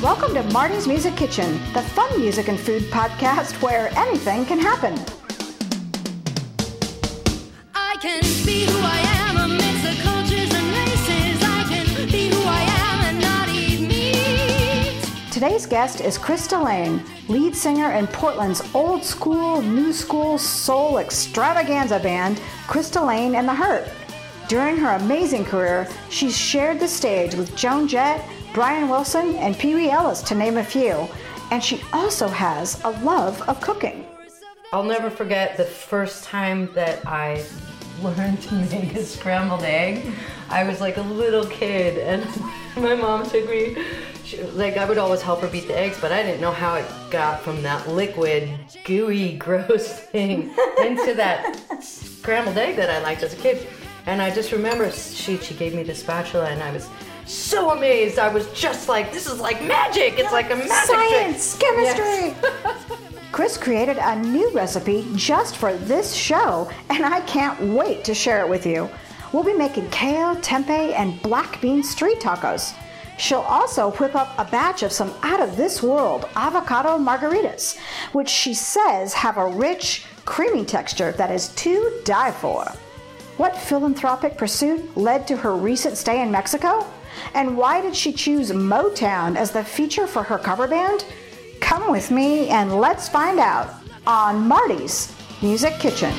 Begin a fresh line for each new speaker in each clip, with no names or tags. Welcome to Marty's Music Kitchen, the fun music and food podcast where anything can happen.
I can be who I am amidst the cultures and races. I can be who I am and not eat meat.
Today's guest is Krista Lane, lead singer in Portland's old school, new school soul extravaganza band, Krista Lane and the Hurt. During her amazing career, she's shared the stage with Joan Jett, Brian Wilson, and Pee Wee Ellis, to name a few. And she also has a love of cooking.
I'll never forget the first time that I learned to make a scrambled egg. I was like a little kid, and my mom took me. She, like I would always help her beat the eggs, but I didn't know how it got from that liquid, gooey, gross thing into that scrambled egg that I liked as a kid. And I just remember she she gave me the spatula, and I was so amazed. I was just like, this is like magic. It's like a magic trick."
Science, chemistry. Chris created a new recipe just for this show, and I can't wait to share it with you. We'll be making kale, tempeh, and black bean street tacos. She'll also whip up a batch of some out of this world avocado margaritas, which she says have a rich, creamy texture that is to die for. What philanthropic pursuit led to her recent stay in Mexico? And why did she choose Motown as the feature for her cover band? Come with me and let's find out on Marty's Music Kitchen.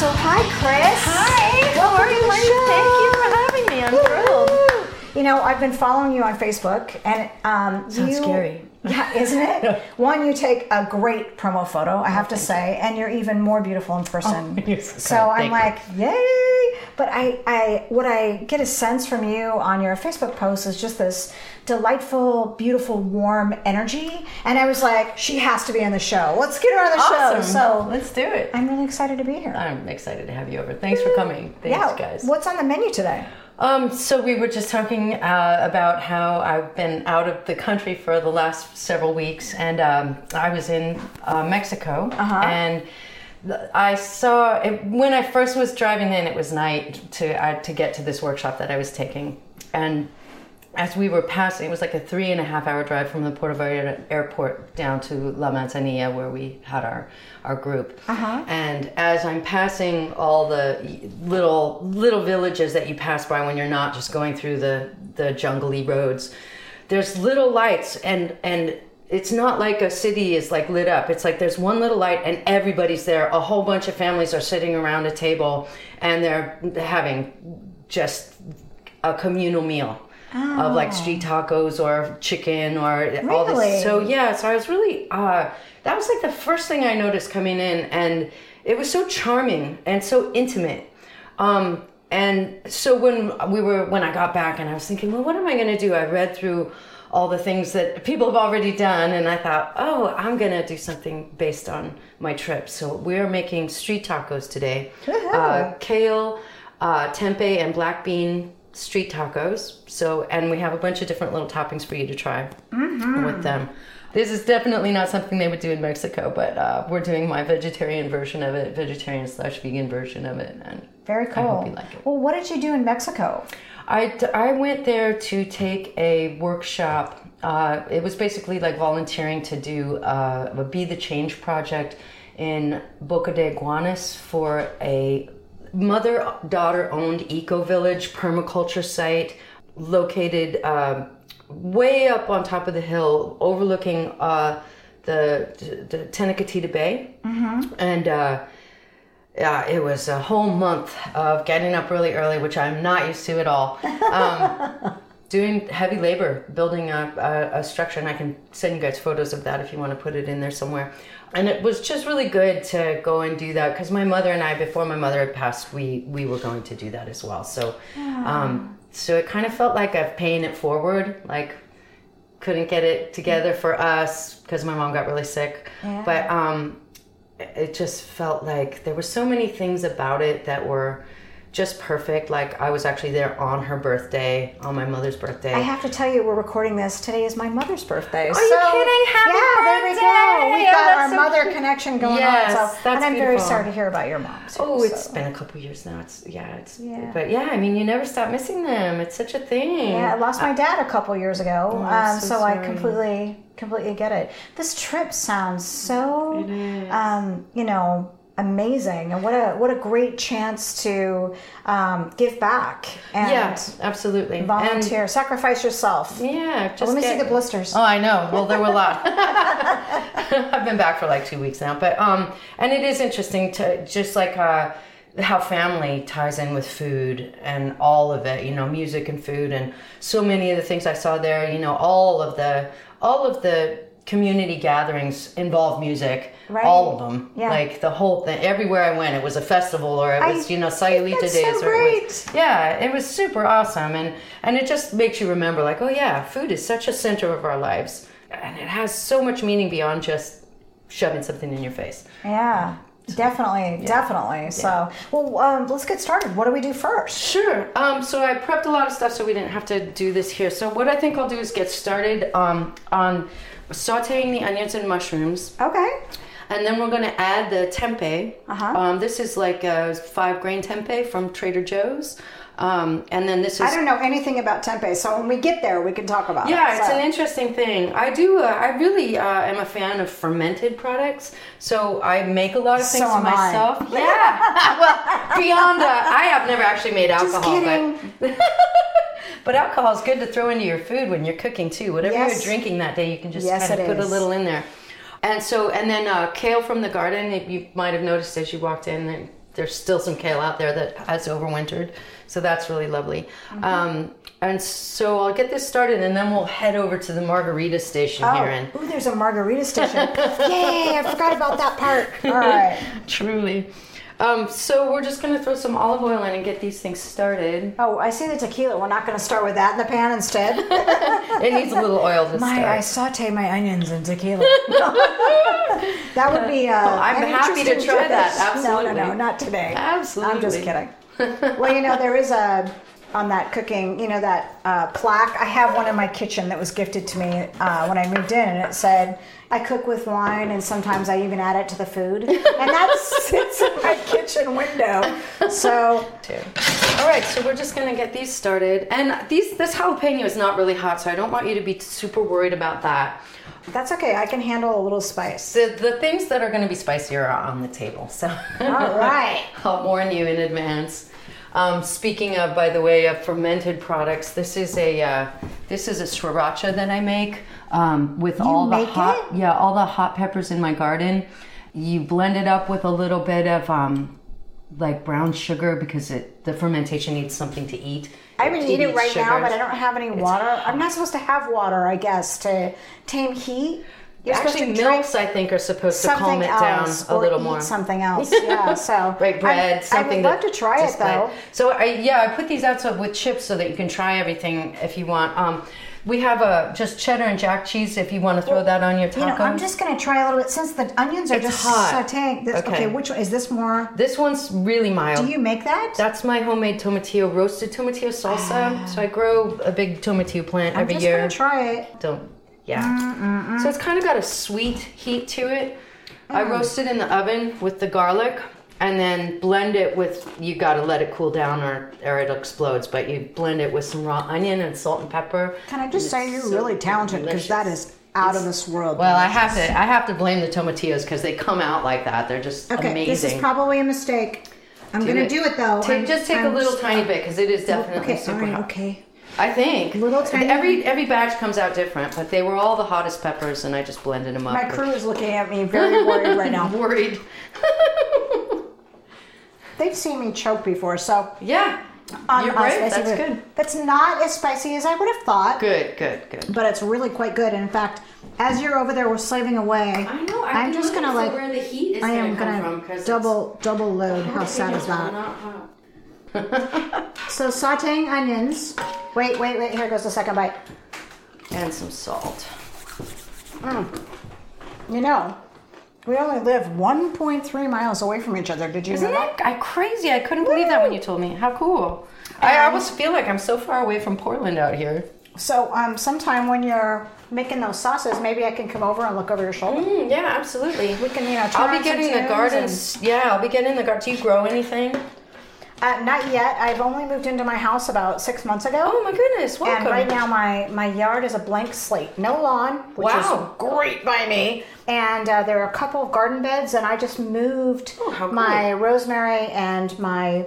So, hi, Chris. Hi. Welcome to the show.
Thank you for having me. I'm
Woo-hoo.
thrilled.
You know, I've been following you on Facebook, and um,
Sounds
you-
scary.
Yeah, isn't it? One, you take a great promo photo, I have to say, and you're even more beautiful in person.
Oh, you're so
so I'm
kind. Thank you.
like, yay! But I, I, what I get a sense from you on your Facebook post is just this delightful, beautiful, warm energy, and I was like, she has to be on the show. Let's get her on the
Awesome.
show. So
let's do it.
I'm really excited to be here.
I'm excited to have you over. Thanks for coming. Thanks,
yeah,
guys.
what's on the menu today?
Um, so we were just talking uh, about how I've been out of the country for the last several weeks, and um, I was in uh, Mexico, and th- I saw it, when I first was driving in. It was night to I, to get to this workshop that I was taking, and as we were passing, it was like a three and a half hour drive from the Puerto Vallarta airport down to La Manzanilla, where we had our our group. And as I'm passing all the little little villages that you pass by when you're not just going through the the jungly roads, there's little lights, and and it's not like a city is like lit up. It's like there's one little light, and everybody's there. A whole bunch of families are sitting around a table, and they're having just a communal meal of like street tacos or chicken or all
Really?
this. So yeah, so I was really uh that was like the first thing I noticed coming in and it was so charming and so intimate. Um and so when we were when I got back and I was thinking, well what am I going to do? I read through all the things that people have already done and I thought, "Oh, I'm going to do something based on my trip." So we're making street tacos today. Uh, kale, uh, tempeh, and black bean street tacos. So, and we have a bunch of different little toppings for you to try with them. This is definitely not something they would do in Mexico, but uh, we're doing my vegetarian version of it, vegetarian slash vegan version of it, and
Very cool.
hope you like it.
Well, what did you do in Mexico?
I, I went there to take a workshop. Uh, it was basically like volunteering to do uh, a Be the Change project in Boca de Guanas for a mother daughter owned eco village permaculture site located um way up on top of the hill overlooking uh, the, the Tenecatita Bay. Mm-hmm. And uh, yeah, it was a whole month of getting up really early, which I'm not used to at all. Um, doing heavy labor, building a, a, a structure, and I can send you guys photos of that if you want to put it in there somewhere. And it was just really good to go and do that because my mother and I, before my mother had passed, we we were going to do that as well. So, um, so it kind of felt like I've paying it forward, like couldn't get it together for us because my mom got really sick. But um, it just felt like there were so many things about it that were just perfect. Like I was actually there on her birthday, on my mother's birthday.
I have to tell you, we're recording this. Today is my mother's birthday. Are
you kidding? Happy
yeah, there we go.
birthday!
We've got
Oh, that's
our
so
mother
cute.
connection going
Yes,
on. So, and
that's
I'm very
beautiful.
sorry to hear about your mom. too,
Oh,
so.
it's been a couple years now. It's yeah, it's
Yeah.
But yeah, I mean, you never stop missing them. It's such a thing.
Yeah, I lost my dad a couple years ago,
uh, oh, I'm
um, so,
so
I
sorry.
completely, completely get it. This trip sounds so, um, you know, amazing, and what a what a great chance to um, give back and
yeah, absolutely. And
volunteer, sacrifice yourself.
yeah, just
Let me
get-
see the blisters.
Oh, I know. Well, there were a lot. I've been back for like two weeks now, but um, and it is interesting to just like uh, how family ties in with food and all of it. You know, music and food and so many of the things I saw there. You know, all of the all of the community gatherings involve music.
Right.
All of them.
Yeah.
Like the whole thing. Everywhere I went, it was a festival or it
I
was you know
think
Sayulita
that's
days
so
or it was
great.
yeah, it was super awesome, and and it just makes you remember, like, oh yeah, food is such a center of our lives, and it has so much meaning beyond just shoving something in your face.
Yeah, definitely, definitely. So, well, um, let's get started. What do we do first?
Sure. Um, so I prepped a lot of stuff, so we didn't have to do this here. So what I think I'll do is get started um, on sautéing the onions and mushrooms,
Okay.
and then we're going to add the tempeh.
Uh-huh.
Um, this is like a five grain tempeh from Trader Joe's, um, and then this is
I don't know anything about tempeh, so when we get there, we can talk about it.
Yeah, it's
So-
an interesting thing. I do. Uh, I really uh, am a fan of fermented products, so I make a lot of things
So am I.
myself. Yeah. well, beyond that, I have never actually made alcohol,
kidding.
but but alcohol is good to throw into your food when you're cooking too. Whatever
Yes.
you're drinking that day, you can just
Yes,
kind
it
of put
is.
a little in there. And so, and then uh, kale from the garden. if You might have noticed as you walked in that there's still some kale out there that has overwintered. So that's really lovely.
Mm-hmm.
Um, and so I'll get this started, and then we'll head over to the margarita station
Oh,
here. And
ooh, there's a margarita station. Yay, I forgot about that part. All right.
truly, um, so we're just gonna throw some olive oil in and get these things started.
Oh, I see the tequila. We're not going to start with that in the pan instead.
It needs a little oil to
My,
start.
I saute my onions in tequila. that would be. Uh,
Oh, I'm
an
happy to
interesting
try that,
dish. No, no, no,
absolutely.
not today. I'm just
Absolutely.
kidding. Well, you know, there is a on that cooking. You know that uh, plaque. I have one in my kitchen that was gifted to me uh, when I moved in, and it said. I cook with wine, and sometimes I even add it to the food, and that sits in my kitchen window. So
too. All right, so we're just gonna get these started, and these this jalapeno is not really hot, so I don't want you to be super worried about that.
that's okay. I can handle a little spice.
The the things that are gonna be spicier are on the table, so
All right.
I'll warn you in advance. Um, speaking of, by the way, of fermented products, this is a uh, this is a sriracha that I make um, with all the
make
hot
it?
yeah all the hot peppers in my garden. You blend it up with a little bit of um, like brown sugar because it the fermentation needs something to eat.
I would eat it
needs
right now, but I
sugars.
don't have any water. I'm not supposed to have water, I guess, to tame heat. You're supposed
Actually,
to drink
milks I think are supposed to calm
something
it
else
down a
or
little
eat
more.
something else. Yeah, so
Like bread,
I,
something.
I would love
that-
to try it
just bread.
though.
So I, yeah, I put these out so with chips so that you can try everything if you want. Um, we have a just cheddar and jack cheese if you want to throw that on your taco.
You know, I'm just gonna try a little bit since the onions are
It's
just
hot.
sauteing. This, okay.
Okay.
which one is this more?
this one's really mild.
Do you make that?
That's my homemade tomatillo, roasted tomatillo salsa. so I grow a big tomatillo plant
Ah. I'm
every
just
year.
gonna try it.
Don't. Yeah. So it's kind of got a sweet heat to it. I
Mm.
roast it in the oven with the garlic and then blend it with you got to let it cool down or or it explodes, but you blend it with some raw onion and salt and pepper.
Can I just say you're
so
really talented because that
delicious.
is out of this world.
Well, I have to I have to blame the tomatillos cuz they come out like that. They're just
okay,
amazing.
this is probably a mistake. I'm gonna do it though.
Take,
I'm-
just take
I'm
a little
just-
tiny bit because it is definitely
Okay, all
super
right,
hot.
okay.
I think
Little tiny-
Every every batch comes out different, but they were all the hottest peppers, and I just blended them up.
My
with-
crew is looking at me very worried right now.
worried.
They've seen me choke before, so
Yeah.
on
You're
on
right.
spicy
That's
food.
good.
That's not as spicy as I would have thought,
Good, good, good.
but it's really quite good. And in fact, as you're over there, we're slaving away.
I know. I
am just gonna like.
where the heat is
I am
gonna,
gonna double double load. How sad is that? So sautéing onions. Wait, wait, wait. Here goes the second bite.
And some salt.
You know, We only live 1.3 miles away from each other. Did you
Isn't
know that?
that I crazy? I couldn't believe that when you told me. How cool! I always feel like I'm so far away from Portland out here.
So, um, sometime when you're making those sauces, maybe I can come over and look over your shoulder.
Mm, yeah, absolutely.
We can, you know, try
I'll
on
be
some
getting the
tunes
gardens. Yeah, I'll be getting the garden. Do you grow anything?
and- uh, not yet. I've only moved into my house about six months ago.
Oh my goodness! Welcome.
And right now, my, my yard is a blank slate, no lawn, which
Wow.
is great by me. And uh, there are a couple of garden beds, and I just moved
Oh, how
my rosemary and my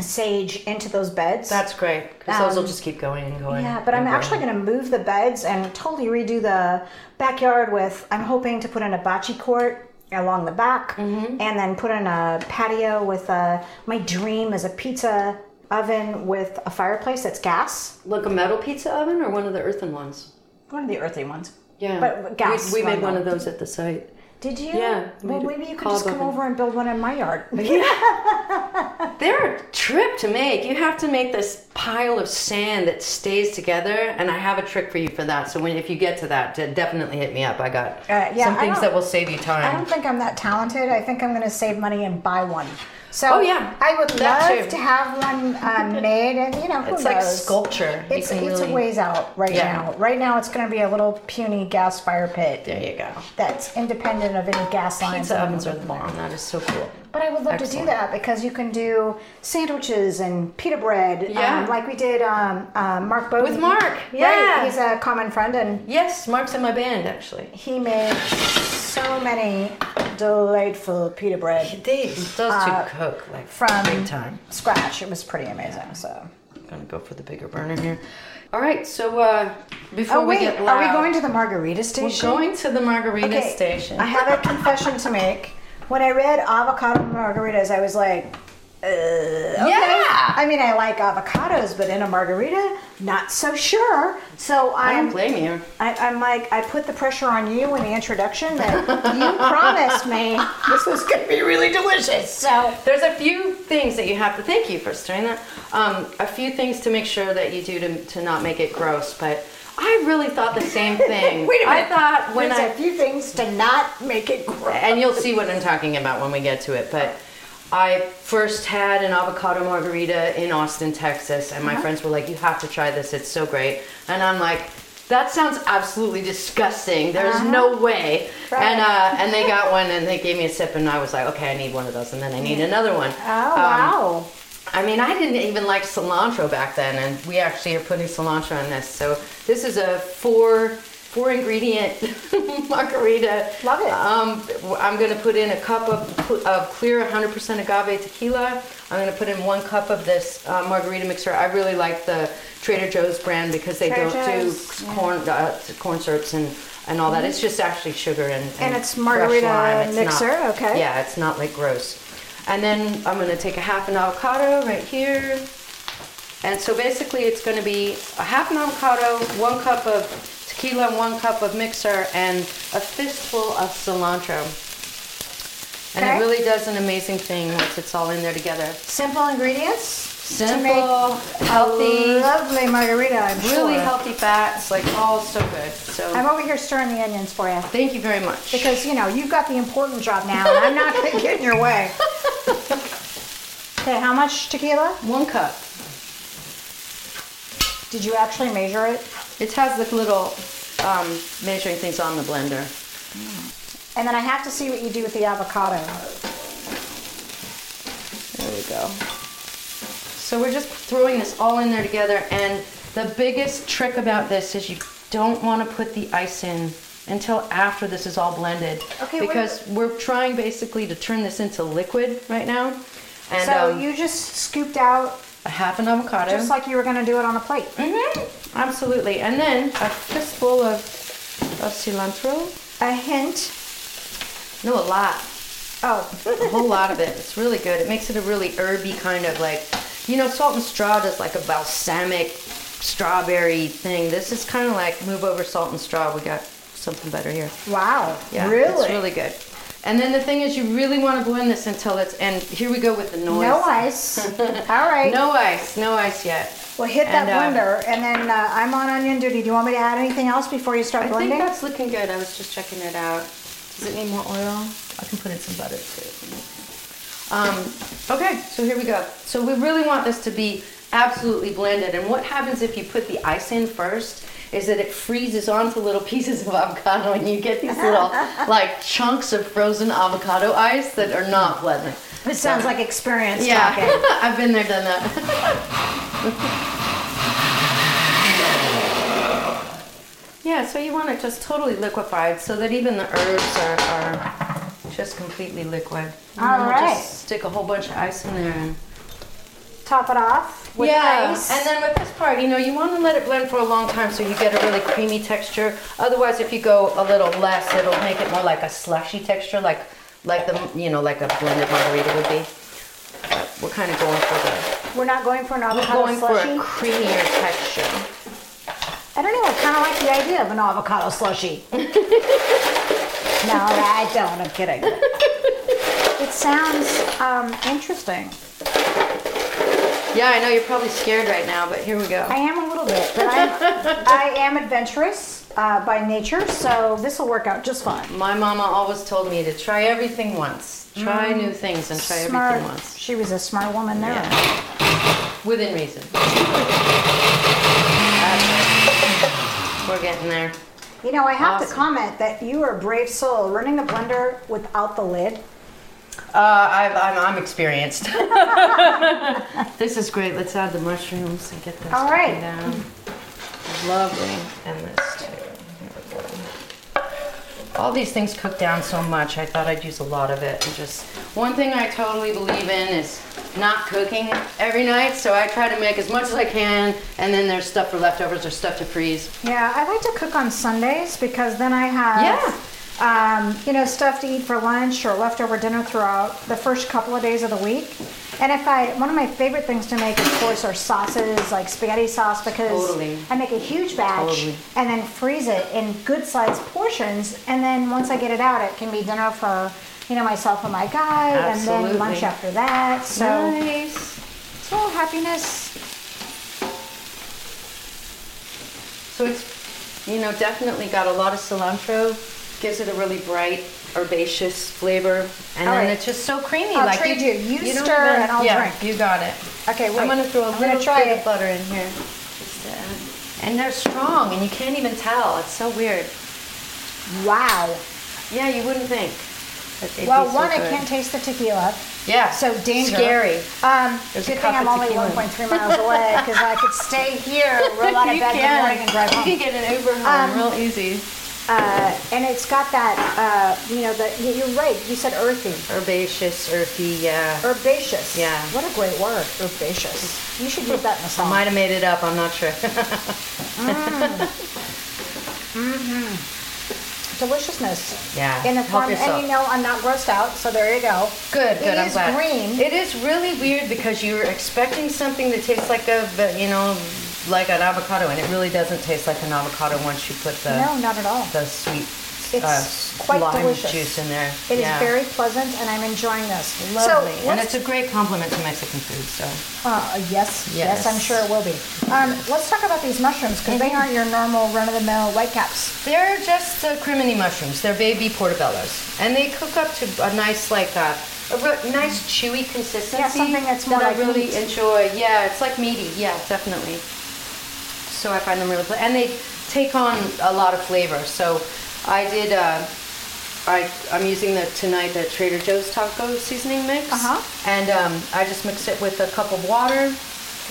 sage into those beds.
That's great because those will just keep going and going.
yeah, but I'm
and
actually
going.
going to move the beds and totally redo the backyard with. I'm hoping to put in a bocce court along the back,
Mm-hmm.
and then put in a patio with a. My dream is a pizza oven with a fireplace that's gas.
like a metal pizza oven or one of the earthen ones.
One of the earthy ones.
Yeah,
But gas
We, we made
one,
one of those at the site.
Did you?
Yeah,
Well,
made a
maybe you could
cob
just come
oven.
over and build one in my yard.
They're a trip to make. You have to make this pile of sand that stays together, and I have a trick for you for that. So when if you get to that, de- definitely hit me up. I got
Uh, yeah,
some
I
things
don't-
that will save you
I don't
time.
think I'm that talented. I think I'm going to save money and buy one. So
Oh, yeah.
I would
That
love
too.
to have one uh, made, and you know, who
It's like
knows?
sculpture. You
It's,
can
it's
really-
a ways out right
Yeah.
now. Right now, it's going to be a little puny gas fire pit
There you go.
that's independent of any gas lines.
Pizza ovens are the bomb. That is so cool.
But I would love to do
Excellent.
that because you can do sandwiches and pita bread,
Yeah.
um, like we did um, uh, Mark Bowden.
With Mark,
Right,
yeah.
he's a common friend, and
Yes, Mark's in my band actually.
he made so many delightful pita bread
They those two cook like
Uh, from
big time.
scratch. It was pretty amazing. So,
I'm gonna go for the bigger burner here. All right, so uh, before
oh
we
wait,
get loud,
are we going to the margarita station?
We're going to the margarita
Okay,
station.
I have a confession to make. When I read avocado margaritas, I was like, Okay. I mean, I like avocados, but in a margarita, not so sure. So
I don't
I'm,
blame you.
I, I'm like, I put the pressure on you in the introduction that you promised me this was going to be really delicious. So
There's a few things that you have to thank you for doing that. Um, a few things to make sure that you do to, to not make it gross, but I really thought the same thing.
Wait a minute.
I thought when
there's
I
a few things to not make it gross.
and you'll see what I'm talking about when we get to it. But I first had an avocado margarita in Austin, Texas, and my
Uh-huh.
friends were like, "You have to try this. It's so great." And I'm like, "That sounds absolutely disgusting. There's no way."
Uh-huh. Right.
And uh, and they got one, and they gave me a sip, and I was like, "Okay, I need one of those," and then I need another one.
Oh
Um,
wow!
I mean, I didn't even like cilantro back then, and we actually are putting cilantro in this. So this is a four four ingredient margarita.
Love it.
Um, I'm gonna put in a cup of, of clear 100% agave tequila. I'm gonna put in one cup of this uh, margarita mixer. I really like the Trader Joe's brand because they
Trader
don't
Joe's, Mm-hmm.
do corn uh, corn syrups and. And all that. It's just actually sugar and
And it's
fresh
margarita
lime. not-
mixer, okay.
Yeah, it's not like gross. And then I'm gonna take a half an avocado right here. And so basically it's gonna be a half an avocado, one cup of tequila, and one cup of mixer, and a fistful of cilantro. And
Okay.
it really does an amazing thing once it's all in there together.
Simple ingredients to make
Simple, healthy,
a lovely margarita. I'm
really
sure.
healthy fats, like all so good. So
I'm over here stirring the onions for you.
thank you very much.
Because you know you've got the important job now, and I'm not going to get in your way. Okay, how much tequila?
one cup.
Did you actually measure it?
It has the little um, measuring things on the blender.
And then I have to see what you do with the avocado.
There we go. So we're just throwing this all in there together, and the biggest trick about this is you don't want to put the ice in until after this is all blended.
Okay, wait.
Because we're trying basically to turn this into liquid right now, and
so
um,
you just scooped out
a half an avocado.
just like you were going to do it on a plate.
Mhm, absolutely, and then a fistful of of cilantro.
A hint.
No, a lot.
Oh,
a whole lot of it. It's really good. It makes it a really herby kind of like, you know, salt and straw does like a balsamic strawberry thing. This is kind of like move over salt and straw. We got something better here.
wow!
Yeah,
really?
it's really good. And then the thing is, you really want to blend this until it's. And here we go with the noise.
no ice. All right.
No ice. No ice yet.
Well, hit that
And, uh,
blender, and then uh, I'm on onion duty. Do you want me to add anything else before you start
I think
blending?
that's looking good. I was just checking it out. Does it need more oil? I can put in some butter too. Um, okay, so here we go. So we really want this to be absolutely blended. And what happens if you put the ice in first is that it freezes onto little pieces of avocado and you get these little like chunks of frozen avocado ice that are not pleasant.
It sounds like experience
Yeah,
talking.
I've been there, done that. yeah, so you want it just totally liquefied so that even the herbs are, are just completely liquid. And
All
then we'll
right.
Just stick a whole bunch of ice in there. And
Top it off with
yeah,
ice.
and then with this part, you know, you want to let it blend for a long time so you get a really creamy texture. Otherwise, if you go a little less, it'll make it more like a slushy texture, like like the you know like a blended margarita would be. But we're kind of going for the
We're not going for an
we're
avocado
going for
slushy.
a creamier texture.
I don't know. I kind of like the idea of an avocado slushy. no, I don't. I'm kidding. it sounds um, interesting.
Yeah, I know you're probably scared right now, but here we go.
I am a little bit, but I'm, I am adventurous uh, by nature, so this will work out just fine.
My mama always told me to try everything once. Try new things and try
Mm. smart.
everything once.
She was a smart woman there.
Yeah. Within reason. We're getting there.
You know, I have to
Awesome.
comment that you are a brave soul running the blender without the lid.
Uh, I've, I'm, I'm experienced. this is great. Let's add the mushrooms and get this
All right.
cooking down. Lovely. And this too. Here we go. All these things cook down so much. I thought I'd use a lot of it. And just one thing I totally believe in is not cooking every night. So I try to make as much as I can, and then there's stuff for leftovers or stuff to freeze.
Yeah, I like to cook on Sundays because then I have,
Yeah.
um, you know, stuff to eat for lunch or leftover dinner throughout the first couple of days of the week. And if I, one of my favorite things to make, of course, are sauces like spaghetti sauce because
Totally.
I make a huge batch
Totally.
and then freeze it in good sized portions. And then once I get it out, it can be dinner for, you know, myself and my guy, and then lunch
Absolutely.
after that. So
Nice.
it's all happiness.
So it's, you know, definitely got a lot of cilantro. Gives it a really bright, herbaceous flavor, and
All
then
right.
it's just so creamy.
I'll
like
trade you. You
don't
stir
even-
and I'll
yeah,
drink.
You got it.
Okay, wait.
I'm gonna throw a
I'm gonna
little
try
bit
it.
of butter in here, Just, uh, and they're strong, and you can't even tell. It's so weird.
Wow.
Yeah, you wouldn't think. that they'd
Well,
be so
one, I
good.
can't taste the tequila.
Yeah.
So danger.
Scary.
Um,
There's a
good thing
cup
I'm
of
only
tequila.
1.3 miles away because I could stay here, roll out of
You
bed in the
can.
morning, and drive
You
home.
can get an Uber home
Um,
real easy.
Uh, and it's got that, uh, you know, the, y- you're right. You said earthy,
Herbaceous, earthy, yeah.
herbaceous.
Yeah.
What a great word, herbaceous. You should use that in a song.
Might have made it up. I'm not sure.
Deliciousness.
Yeah,
In the
help
form, and
yourself.
you know, I'm not grossed out, so there you go.
Good, good.
It
I'm
is
glad.
green.
It is really weird because you're expecting something that tastes like a, you know, like an avocado, and it really doesn't taste like an avocado once you put the
No, not at all.
the sweet
It's
uh,
quite
lime
delicious.
juice in there.
It is
Yeah.
very pleasant, and I'm enjoying this.
lovely,
So,
and
let's
it's a great compliment to Mexican food. So
Uh, yes, yes,
Yes. Mm-hmm.
I'm sure it will be. Um, let's talk about these mushrooms because they aren't your normal run-of-the-mill whitecaps.
they're just uh, crimini mushrooms. They're baby portobellos, and they cook up to a nice like uh, a re- nice chewy consistency.
something that's more like
that I really
meat.
enjoy. Yeah, it's like meaty. Yeah, definitely. so I find them really, ple- and they take on a lot of flavor. So I did. Uh, I I'm using the tonight the Trader Joe's taco seasoning mix,
Uh-huh.
and um, I just mix it with a cup of water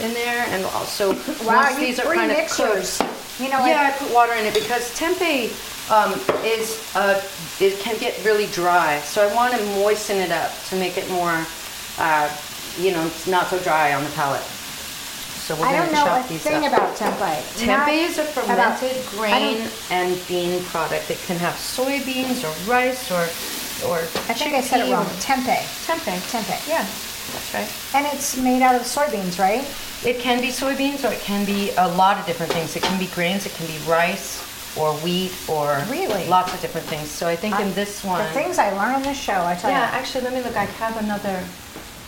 in there, and also
Wow,
once
you
these are
three
kind of
mix yours.
cooked.
You know,
Yeah,
yeah.
I put water in it because tempeh um, is uh, it can get really dry, so I want to moisten it up to make it more, uh, you know, not so dry on the palate. So we're
I
gonna
don't know a
chop these
thing
up.
about tempeh. Not
Tempeh is a
about-
fermented
I
grain
don't-
and bean product. It can have soybeans or rice or or
I think I said it wrong. Tempeh.
Tempeh.
Tempeh.
Yeah, that's right.
And it's made out of soybeans, right?
It can be soybeans or it can be a lot of different things. It can be grains. It can be rice or wheat or
Really?
lots of different things. So I think in this one,
The things I learn on this show, I tell
yeah.
you.
Actually, let me look. I have another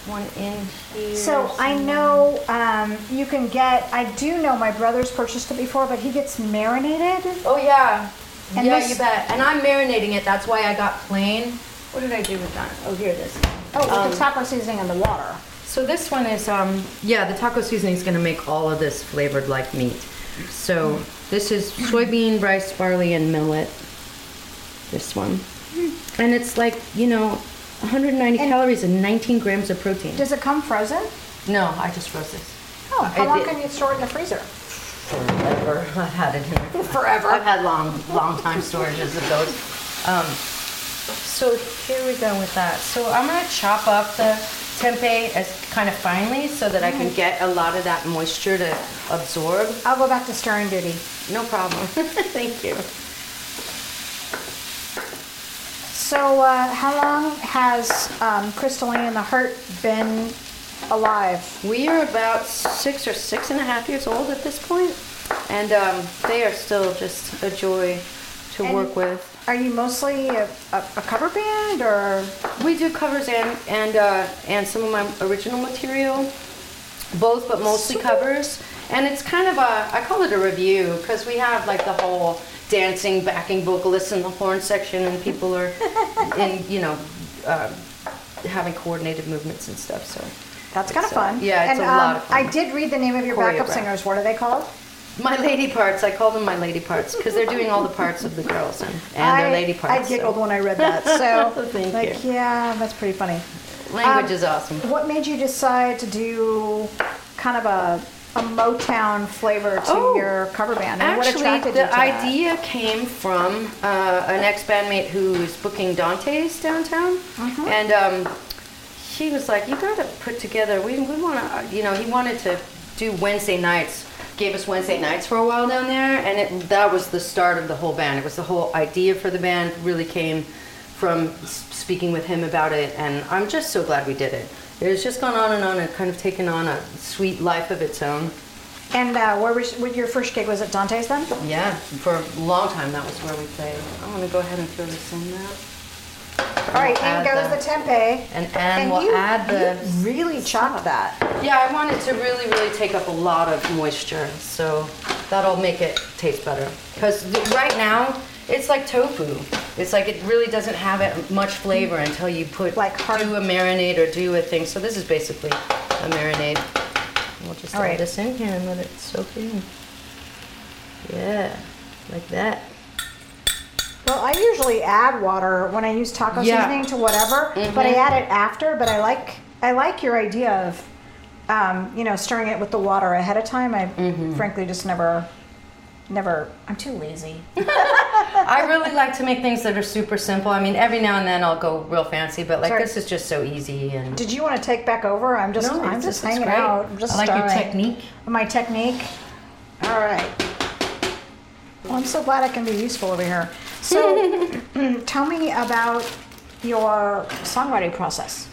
one in here.
So I know um, you can get. I do know my brother's purchased it before, but he gets marinated.
Oh yeah.
And
yeah,
this-
you bet. And I'm marinating it. That's why I got plain. What did I do with that? Oh, here it is.
Oh, with
Um,
the taco seasoning and the water.
So this one is, um, yeah, the taco seasoning is going to make all of this flavored like meat. So this is soybean, rice, barley, and millet. This one, and it's like you know, 190
And-
calories and 19 grams of protein.
Does it come frozen?
no, I just roast this.
Oh, how
It-
long
it-
can you store it in the freezer?
Forever, I've had it. in-
Forever.
I've had long, long time storages of those. Um, so here we go with that. So I'm gonna chop up the tempeh as kind of finely so that I can get a lot of that moisture to absorb.
I'll go back to stirring duty.
No problem. Thank you.
So, uh, how long has um, Crystalline and the Hurt been alive?
We are about six or six and a half years old at this point, and um, they are still just a joy to
And-
work with.
Are you mostly a, a, a cover band or?
We do covers and and uh, and some of my original material, both but mostly covers. And it's kind of a I call it a review because we have like the whole dancing backing vocalists in the horn section, and people are in you know uh, having coordinated movements and stuff. So
That's kind of
It's, uh,
fun.
yeah, it's
and, um,
a lot of
I
fun.
did read the name of your backup
Choreograph.
singers. What are they called?
my lady parts, I call them my lady parts because they're doing all the parts of the girls and, and
I-
their lady parts.
I
so.
giggled when I read that. So,
Thank
like,
you.
yeah, that's pretty funny.
Language
Um,
is awesome.
What made you decide to do kind of a, a Motown flavor to
Oh,
your cover band? And what
Actually,
attracted you
the
to that?
idea came from uh, an ex bandmate who was booking Dante's downtown,
Mm-hmm.
and um, she was like, "You gotta put together. We we want to, you know, he wanted to do Wednesday nights." Gave us Wednesday nights for a while down there, and it, that was the start of the whole band. It was the whole idea for the band really came from s- speaking with him about it, and I'm just so glad we did it. It has just gone on and on and kind of taken on a sweet life of its own.
And uh, where was what your first gig? Was at Dante's then?
Yeah, for a long time that was where we played. I'm gonna go ahead and throw this in now.
All right, in
add
goes
the-
the tempeh.
And and, we'll
you,
add the.
you really chopped that.
Yeah, I want it to really, really take up a lot of moisture, so that'll make it taste better. Because right now it's like tofu. It's like it really doesn't have it much flavor until you put
Like hard-
do a marinade or do a thing. So this is basically a marinade. We'll just
All
add
right.
this in here and let it soak in. Yeah, like that.
Well, I usually add water when I use taco
Yeah. Mm-hmm.
seasoning to whatever, but I add it after. But I like I like your idea of um, you know stirring it with the water ahead of time. I
Mm-hmm.
frankly just never never. I'm too lazy.
I really like to make things that are super simple. I mean, every now and then I'll go real fancy, but like
Sorry.
this is just so easy and.
Did you want to take back over? I'm just
No,
I'm
it's-
just
it's
hanging
great.
out. I'm just
I like your
staring.
technique.
My technique. All right. Well, I'm so glad I can be useful over here. So, tell me about your songwriting process.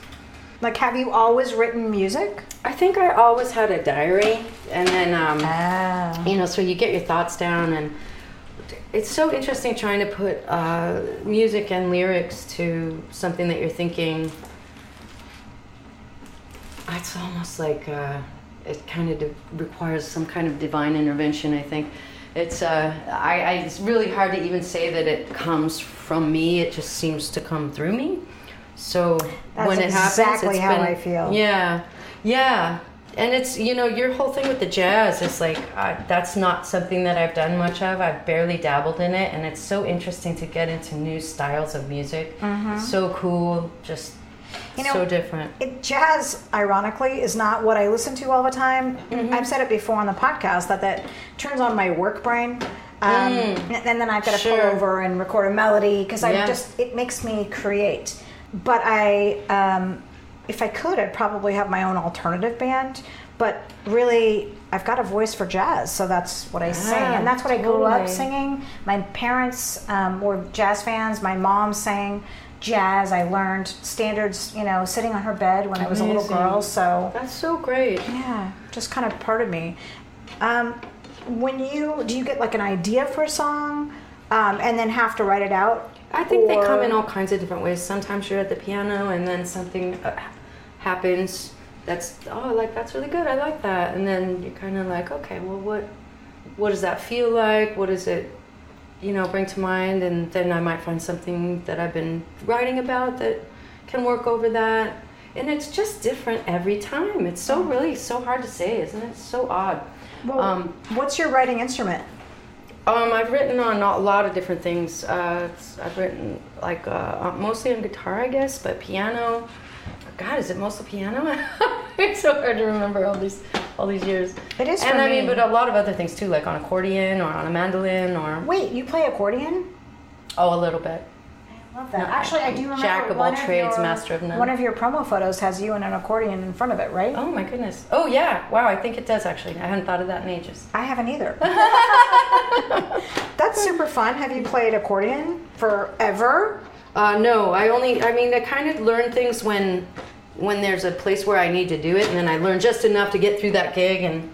Like, have you always written music?
I think I always had a diary, and then um,
Ah.
you know, so you get your thoughts down, and it's so interesting trying to put uh, music and lyrics to something that you're thinking. It's almost like uh, it kind of de- requires some kind of divine intervention. I think it's uh, I, I it's really hard to even say that it comes from me. It just seems to come through me. So
That's
when it happens,
exactly
it's
how
been-
I feel.
Yeah, yeah. And it's you know your whole thing with the jazz is like I, that's not something that I've done much of. I've barely dabbled in it, and it's so interesting to get into new styles of music. So cool, just
You know,
so different.
It, jazz, ironically, is not what I listen to all the time.
Mm-hmm.
I've said it before on the podcast that that turns on my work brain. Um, and, and then I've got to
Mm. Sure.
pull over and record a melody because I
Yeah.
just, it makes me create. But I, um, if I could, I'd probably have my own alternative band. But really, I've got a voice for jazz, so that's what I sing.
Yeah,
And that's what I grew up
Ah, totally.
singing singing. My parents um, were jazz fans. My mom sang jazz. I learned standards, you know, sitting on her bed when I was a little
Amazing.
girl. So
That's so great.
yeah, just kind of part of me. Um, when you do you get like an idea for a song, um, and then have to write it out?
I think they come
Or-
in all kinds of different ways. Sometimes you're at the piano and then something uh, ha- happens that's oh like that's really good. I like that. And then you're kind of like, okay, well what what does that feel like? What is it you know, bring to mind, and then I might find something that I've been writing about that can work over that. And it's just different every time. It's so really so hard to say, isn't it? It's so odd.
Well,
Um,
what's your writing instrument?
Um, I've written on a lot of different things. Uh, it's- I've written like uh, mostly on guitar, I guess, but piano. God, is it mostly piano? it's so hard to remember all these all these years.
It is
and
for
I mean,
me.
but a lot of other things too, like on accordion or on a mandolin or
Wait, you play accordion?
oh, a little bit.
I love that. Actually, I do remember
Jack of all
one
trades,
your,
master of none.
One of your promo photos has you and an accordion in front of it, right?
Oh my goodness. Oh yeah. Wow. I think it does actually. I hadn't thought of that in ages.
I haven't either. That's super fun. Have you played accordion forever?
Uh, no, I only. I mean, I kind of learn things when when there's a place where I need to do it, and then I learn just enough to get through that gig and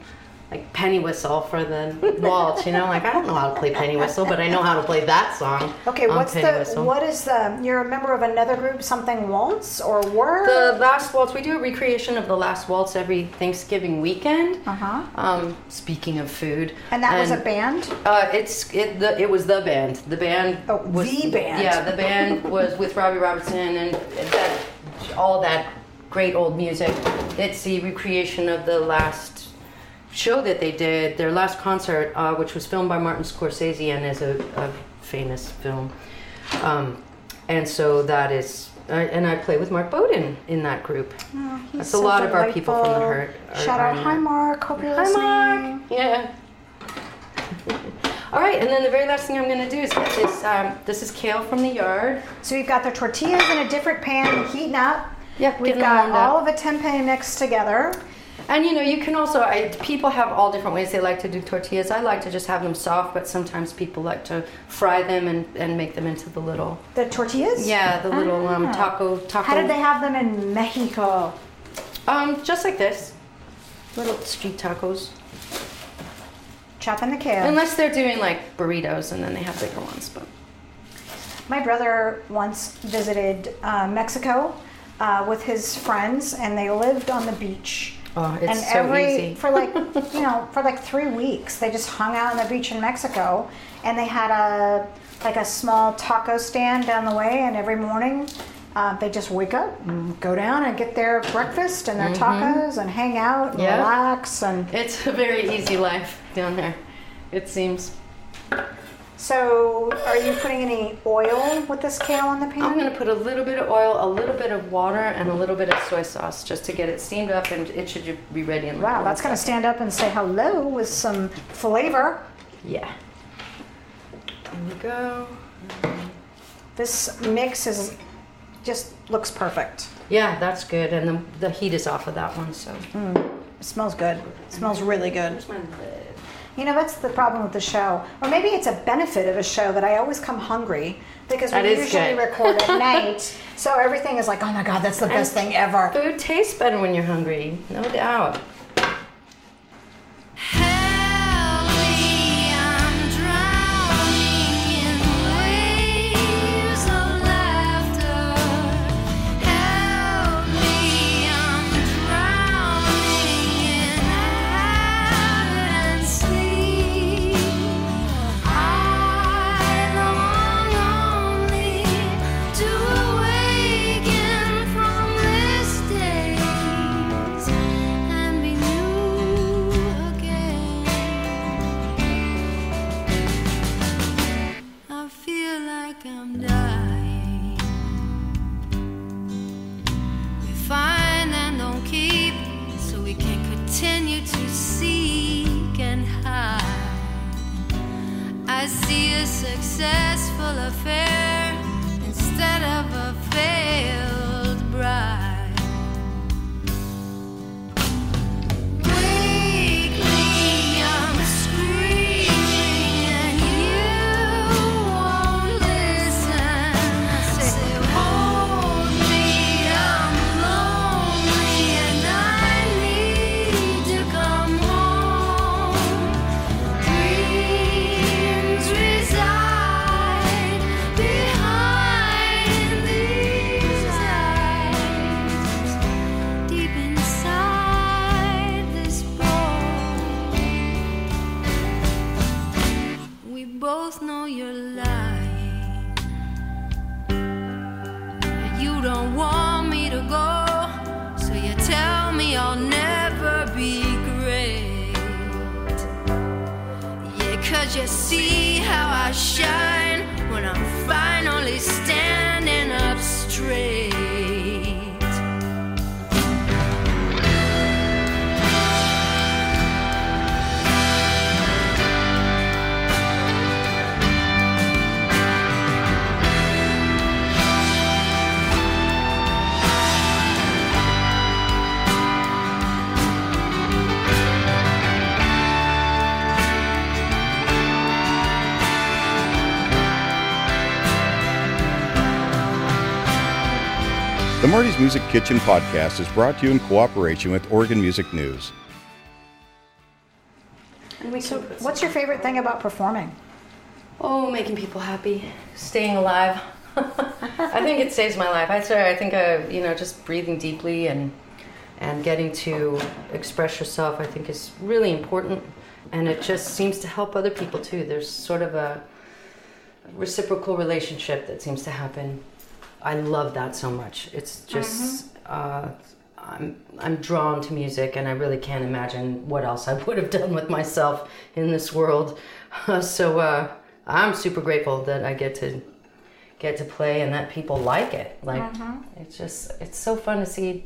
like penny whistle for the waltz. You know, like I don't know how to play penny whistle, but I know how to play that song.
Okay,
on
what's
penny
the
whistle.
what is the you're a member of another group, something waltz or word?
The last waltz. We do a recreation of the last waltz every Thanksgiving weekend.
Uh-huh.
Um, speaking of food,
and that was a band?
Uh, it's it the, it was the band. The band.
Oh,
was,
the band.
Yeah, the band was with Robbie Robertson and that all that great old music. It's the recreation of the last show that they did, their last concert, uh, which was filmed by Martin Scorsese and is a, a famous film. Um, and so that is. Uh, and I play with Mark Bowden in that group.
Oh, he's
That's
so
a lot of our people from the
delightful.
Hurt. are-
Shout
are
out,
in
hi
that.
Mark. Hope you're
Hi,
listening.
Mark. Yeah. All right, and then the very last thing I'm gonna do is get this. Um, this is kale from the yard.
So we've got the tortillas in a different pan heating up.
Yep,
We've
getting them
got
warmed up.
all of the tempeh mixed together.
And you know, you can also. I, people have all different ways they like to do tortillas. I like to just have them soft, but sometimes people like to fry them and, and make them into the little.
The tortillas?
Yeah, the little um,
Ah.
taco taco.
How did they have them in Mexico?
Um, just like this, little street tacos.
Chopping the kale.
Unless they're doing like burritos, and then they have bigger ones. But
My brother once visited uh, Mexico uh, with his friends, and they lived on the beach.
Oh, it's
and
so
every
easy.
for like you know for like three weeks, they just hung out on the beach in Mexico, and they had a like a small taco stand down the way, and every morning. Uh, they just wake up and go down and get their breakfast and their tacos and hang out and
Mm-hmm. Yeah.
relax and
it's a very easy life down there. It seems.
so are you putting any oil with this kale on the pan
I'm gonna put a little bit of oil, a little bit of water, and a little bit of soy sauce just to get it steamed up, and it should ju- be ready in. like
Wow,
one
that's going to
sec.
stand up and say hello with some flavor.
Yeah. There we go.
This mix is just looks perfect.
Yeah, that's good, and the, the heat is off of that one, so.
It smells good. It smells really good.
There's my lid.
You know, that's the problem with the show. Or maybe it's a benefit of a show that I always come hungry because we
That is
usually
good.
record at night. So everything is like, oh my God, that's the best thing ever.
Food tastes better when you're hungry, no doubt.
Helly, I'm drowning in waves of laughter. Helly, I'm drowning in and sleep. I long only to awaken from this daze and be new again. I feel like I'm dying. We find and don't keep, so we can continue to seek and hide. I see a successful affair instead of a failed bride. Weakly, I'm screaming, and you won't listen. Say, hold me, I'm lonely, and I need to come home. Dreams reside behind the just see how I shine when I'm finally standing up straight.
The Marty's Music Kitchen podcast is brought to you in cooperation with Oregon Music News.
And we can- what's your favorite thing about performing?
Oh, making people happy, staying alive. I think it saves my life. I swear, I think uh, you know, just breathing deeply and and getting to express yourself, I think, is really important. And it just seems to help other people too. There's sort of a reciprocal relationship that seems to happen. I love that so much. It's just uh, I'm I'm drawn to music, and I really can't imagine what else I would have done with myself in this world. so uh, I'm super grateful that I get to get to play and that people like it. Like it's just it's so fun to see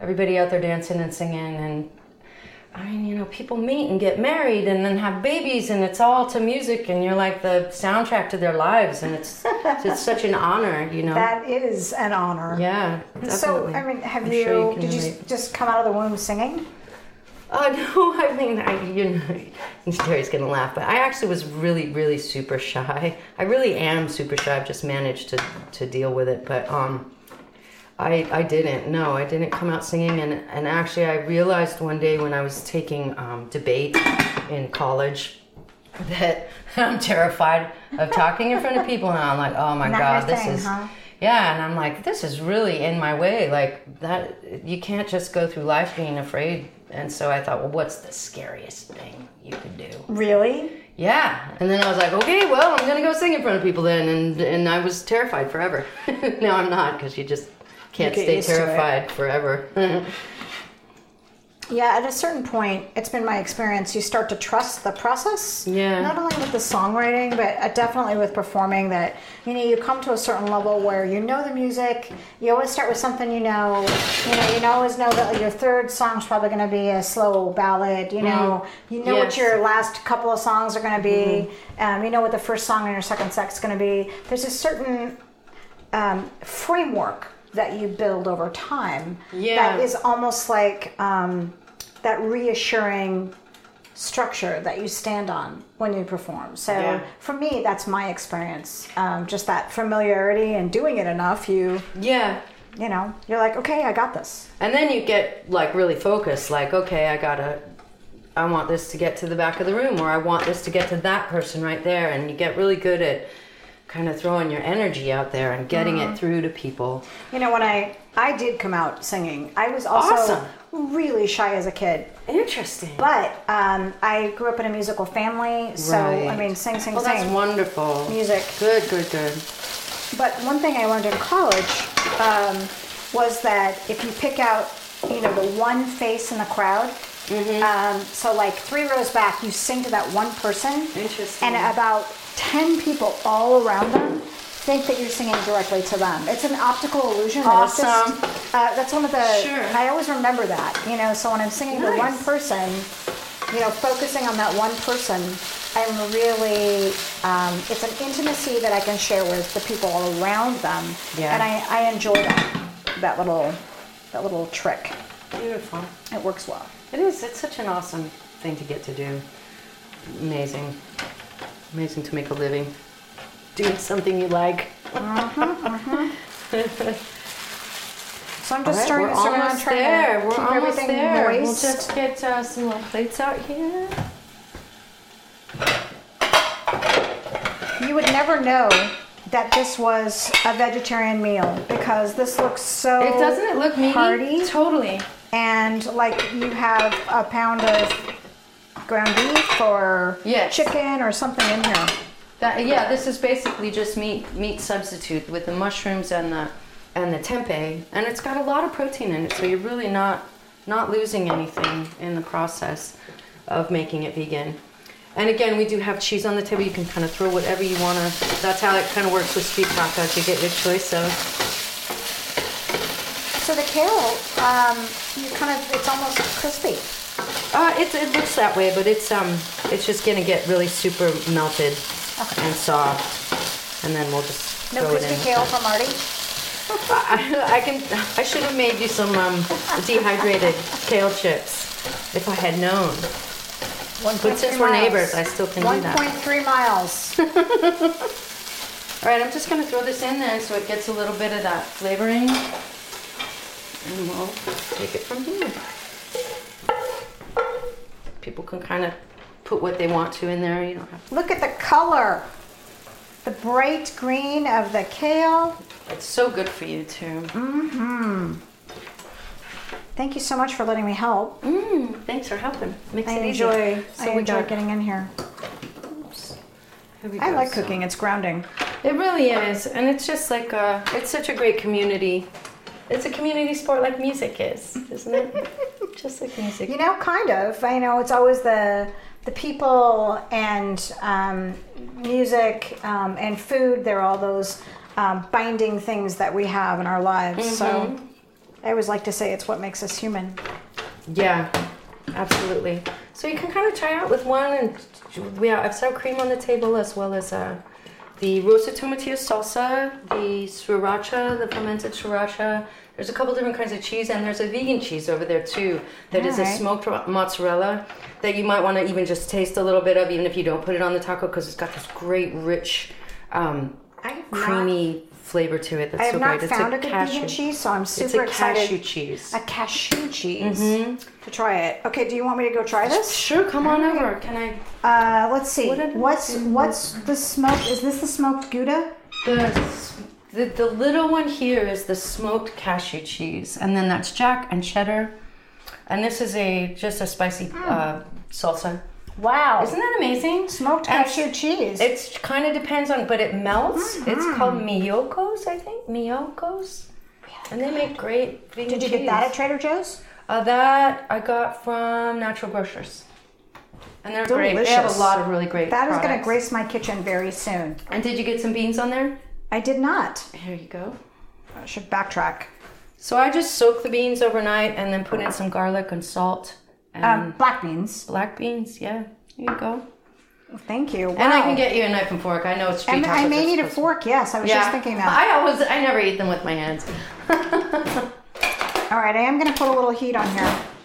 everybody out there dancing and singing and. I mean, you know, people meet and get married and then have babies, and it's all to music, and you're like the soundtrack to their lives, and it's it's such an honor, you know.
That is an honor.
Um, Yeah,
So,
definitely.
I mean, have
I'm
you,
sure can
did you
relate.
just come out of the womb singing?
Uh, no, I mean, I, you know, Terry's gonna laugh, but I actually was really, really super shy. I really am super shy. I've just managed to, to deal with it, but um, I, I didn't. No, I didn't come out singing, and, and actually, I realized one day when I was taking um, debate in college that I'm terrified of talking in front of people, and I'm like, oh my
Not
god,
your
this
thing,
is.
huh?
Yeah, and I'm like, this is really in my way. Like that, you can't just go through life being afraid. And so I thought, well, what's the scariest thing you could do?
Really?
Yeah. And then I was like, okay, well, I'm gonna go sing in front of people then, and and I was terrified forever. now I'm not because you just can't
You get
stay
used to it.
terrified forever.
Yeah, at a certain point, it's been my experience, you start to trust the process.
Yeah.
Not only with the songwriting, but uh, definitely with performing that, you know, you come to a certain level where you know the music, you always start with something you know, you know, you always know that your third song's probably going to be a slow ballad, you know, you know what
Mm-hmm. Yes. Mm-hmm.
your last couple of songs are going to be, um, you know what the first song and your second set's going to be. There's a certain um, framework that you build over time
Yeah.
that is almost like um, that reassuring structure that you stand on when you perform. So
Yeah.
for me, that's my experience. Um, just that familiarity and doing it enough, you
yeah.
you know, you're like, okay, I got this.
And then you get like really focused, like, okay, I gotta, I want this to get to the back of the room, or I want this to get to that person right there. And you get really good at kind of throwing your energy out there and getting it through to people.
You know, when I I did come out singing, I was also
Awesome.
really shy as a kid.
Interesting.
But um, I grew up in a musical family, so I
Right.
mean, sing, sing,
well,
sing.
that's wonderful.
Music.
Good, good, good.
But one thing I learned in college um, was that if you pick out, you know, the one face in the crowd,
Mm-hmm.
um, so like three rows back, you sing to that one person. And
Interesting.
about 10 people all around them think that you're singing directly to them. It's an optical illusion. that it's just-
Awesome.
uh, that's one of the,
Sure.
I always remember that, you know, so when I'm singing to
Nice.
one person, you know, focusing on that one person, I'm really, um, it's an intimacy that I can share with the people around them.
Yeah.
And I, I enjoy that, that little, that little trick.
Beautiful.
It works well.
It is. It's such an awesome thing to get to do. Amazing. Amazing to make a living. Doing something you like.
So I'm just
Alright,
stirring
we're
this around,
almost
trying
there.
to
we're
keep
almost
everything
there. We'll
moist.
just get uh, some more plates out here.
You would never know that this was a vegetarian meal because this looks so
Oh,
It doesn't it look meaty?
hearty
Totally.
and like you have a pound of ground beef or
Yes.
chicken or something in here.
That, yeah, this is basically just meat meat substitute with the mushrooms and the and the tempeh, and it's got a lot of protein in it, so you're really not not losing anything in the process of making it vegan. And again, we do have cheese on the table. You can kind of throw whatever you want to. That's how it kind of works with street tacos. You get your choice of.
So the kale, um, you kind of, it's almost crispy.
Uh, it, it looks that way, but it's um, it's just gonna get really super melted
Okay.
and soft, and then we'll just
No
throw it
crispy
in.
kale for Marty.
I, I can. I should have made you some um, dehydrated kale chips if I had known. But since
1.3
we're
miles.
neighbors, I still can do that.
1.3 miles.
All right, I'm just gonna throw this in there so it gets a little bit of that flavoring, and we'll take it from here. People can kind of put what they want to in there. You don't have.
Look at the color. The bright green of the kale.
It's so good for you too.
Thank you so much for letting me help.
Mm, thanks for helping. Makes
I
it easy.
enjoy,
So
I
we
enjoy
got-
getting in here.
here we
I
go,
like
so-
cooking, it's grounding.
It really is, and it's just like a, it's such a great community. It's a community sport like music is, isn't it? just like music.
You know, kind of. I know it's always the the people and um, music um, and food. They're all those um, binding things that we have in our lives. So I always like to say it's what makes us human.
Yeah, absolutely. So you can kind of try out with one, and we have sour cream on the table as well as uh, the roasted tomatillo salsa, the sriracha, the fermented sriracha. There's a couple different kinds of cheese, and there's a vegan cheese over there too. That is a
Alright.
smoked ro- mozzarella that you might want to even just taste a little bit of, even if you don't put it on the taco, because it's got this great rich. Um,
I have not-
creamy flavor to it that's
I have
so
not
great.
found a,
it's
good
a
vegan
cashew-
cheese, so I'm
It's
super
a
excited.
cashew cheese. Mm-hmm.
A cashew cheese to try it. Okay, do you want me to go try this?
Sure, come on over. Can I
Uh, let's see.
What did I
what's
do?
what's the smoke? Is this the smoked gouda?
The, the the little one here is the smoked cashew cheese, and then that's jack and cheddar, and this is a just a spicy
Hmm.
uh, salsa.
Wow,
Isn't that amazing?
smoked
And
cashew cheese?
It's kind of depends on, but it melts.
Hmm,
It's called miyokos, I think. Miyokos, and they make great vegan
Did you get
cheese.
that at Trader Joe's?
Uh, that I got from Natural Grocers, and they're great. They have a
Delicious.
lot of really great.
That is going to
products.
grace my kitchen very soon.
And did you get some beans on there?
I did not.
Here you go.
I should backtrack.
So I just soak the beans overnight and then put in some garlic and salt and
Um, black beans.
black beans. Yeah, there you go.
Thank you.
And I
Wow.
can get you a knife and fork. I know it's street
And I
tacos,
may
it's
need a
supposed-
fork. Yes, I was just thinking that.
I always, I never eat them with my hands.
All right, I am going to put a little heat on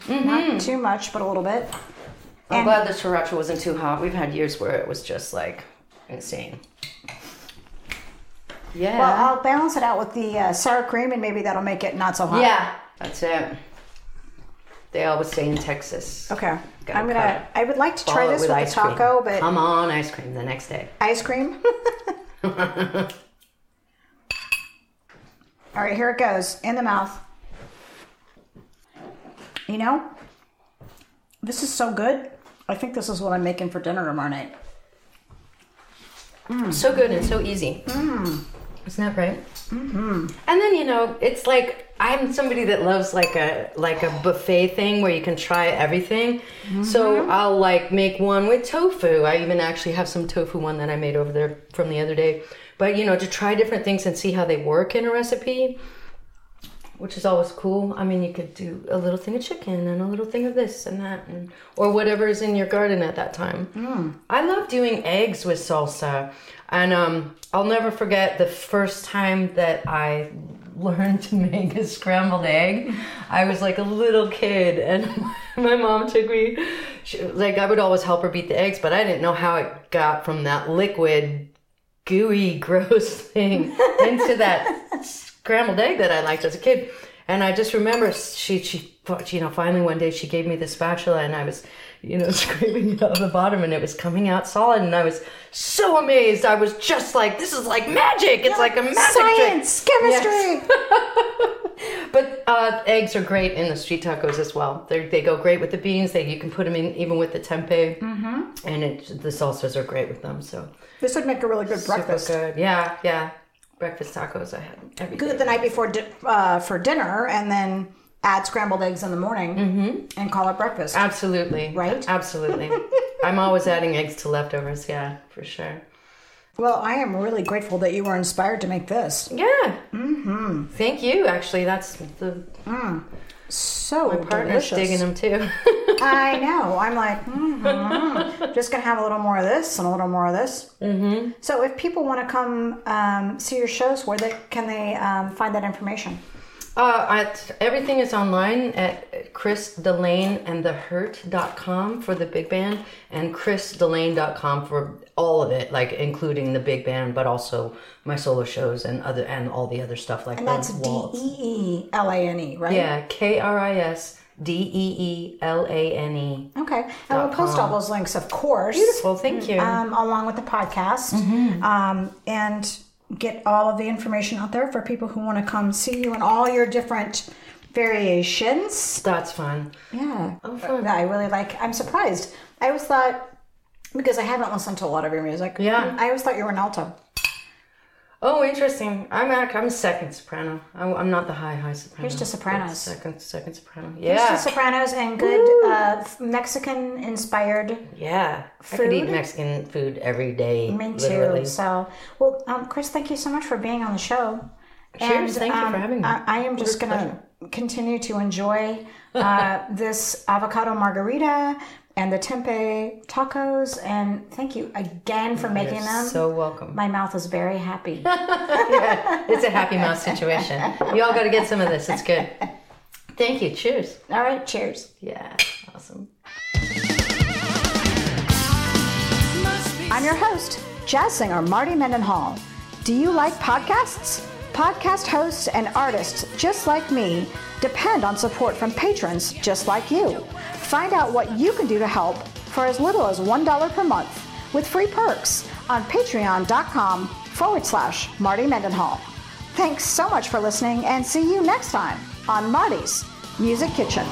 here. Not too much, but a little bit.
Mm-hmm. I'm
And-
glad the sriracha wasn't too hot. We've had years where it was just like insane. Yeah.
Well, I'll balance it out with the uh, sour cream, and maybe that'll make it not so hot.
yeah. That's it. They always say in Texas.
Okay.
Gotta
I'm
cut it.
gonna. I would like to try
follow it
this with,
ice
the taco,
cream.
but
Come on, ice cream the next day.
ice cream. All right, here it goes in the mouth. You know, this is so good. I think this is what I'm making for dinner tomorrow night.
So good and so easy. Isn't that right? Mm-hmm. And then you know, it's like I'm somebody that loves like a like a buffet thing where you can try everything. So I'll like make one with tofu. I even actually have some tofu one that I made over there from the other day. But you know, to try different things and see how they work in a recipe, which is always cool. I mean, you could do a little thing of chicken and a little thing of this and that, and or whatever is in your garden at that time. I love doing eggs with salsa, and um, I'll never forget the first time that I learned to make a scrambled egg. I was like a little kid, and my mom took me. She, like I would always help her beat the eggs, but I didn't know how it got from that liquid gooey, gross thing into that scrambled egg that I liked as a kid. And I just remember she, she, you know, finally one day she gave me the spatula and I was, you know, scraping it out of the bottom and it was coming out solid and I was so amazed. I was just like, this is like magic. It's like a magic trick.
Science, chemistry.
But uh, eggs are great in the street tacos as well. They they go great with the beans. They you can put them in even with the tempeh, mm-hmm. and it, the salsas are great with them. So
this would make a really good breakfast.
super good. Yeah, yeah. Breakfast tacos I had every
Good
day.
the night before di- uh, for dinner, and then
Mm-hmm.
add scrambled eggs in the morning, and call it breakfast.
Absolutely.
Right?
Absolutely. I'm always adding eggs to leftovers. Yeah, for sure.
Well, I am really grateful that you were inspired to make this.
Yeah. Mm-hmm. Thank you. Actually, that's the
So My
partner's digging them too.
I know. I'm like, mhm. just gonna have a little more of this and a little more of this. Mm-hmm. So, if people want to come um, see your shows, where they can they um, find that information?
Uh, at, everything is online at chrisdelaneandthehurt.com for the big band and chrisdelane.com for all of it, like including the big band, but also my solo shows and other and all the other stuff like
And that's
the
D
waltz.
E E L A N E, right?
Yeah, K R I S D E E L A N E.
Okay. And we'll post all those links, of course.
Well, thank you.
um, along with the podcast um, and get all of the information out there for people who want to come see you in all your different variations.
That's fun.
Yeah. That I really like. I'm surprised. I always thought, because I haven't listened to a lot of your music.
Yeah.
I always thought you were an alto.
Oh, interesting. I'm ac- I'm second soprano. I, I'm not the high high soprano.
Here's to sopranos.
Second second soprano.
Just
Yeah.
the sopranos and good uh, Mexican inspired.
Yeah, I could eat
Food?
Mexican food every day.
Me too.
literally.
So, well, um, Chris, thank you so much for being on the show.
Cheers. Thank
um,
you for having me.
I, I am just going to continue to enjoy uh, this avocado margarita and the tempeh tacos. And thank you again for making them.
So welcome.
My mouth is very happy.
it's a happy mouth situation. You all got to get some of this. It's good. Thank you. Cheers.
All right, cheers.
Yeah. Awesome.
I'm your host, jazz singer Marty Mendenhall. Do you like podcasts? Podcast hosts and artists just like me depend on support from patrons just like you. Find out what you can do to help for as little as $1 per month with free perks on patreon.com forward slash Marty Mendenhall. Thanks so much for listening and see you next time on Marty's Music Kitchen.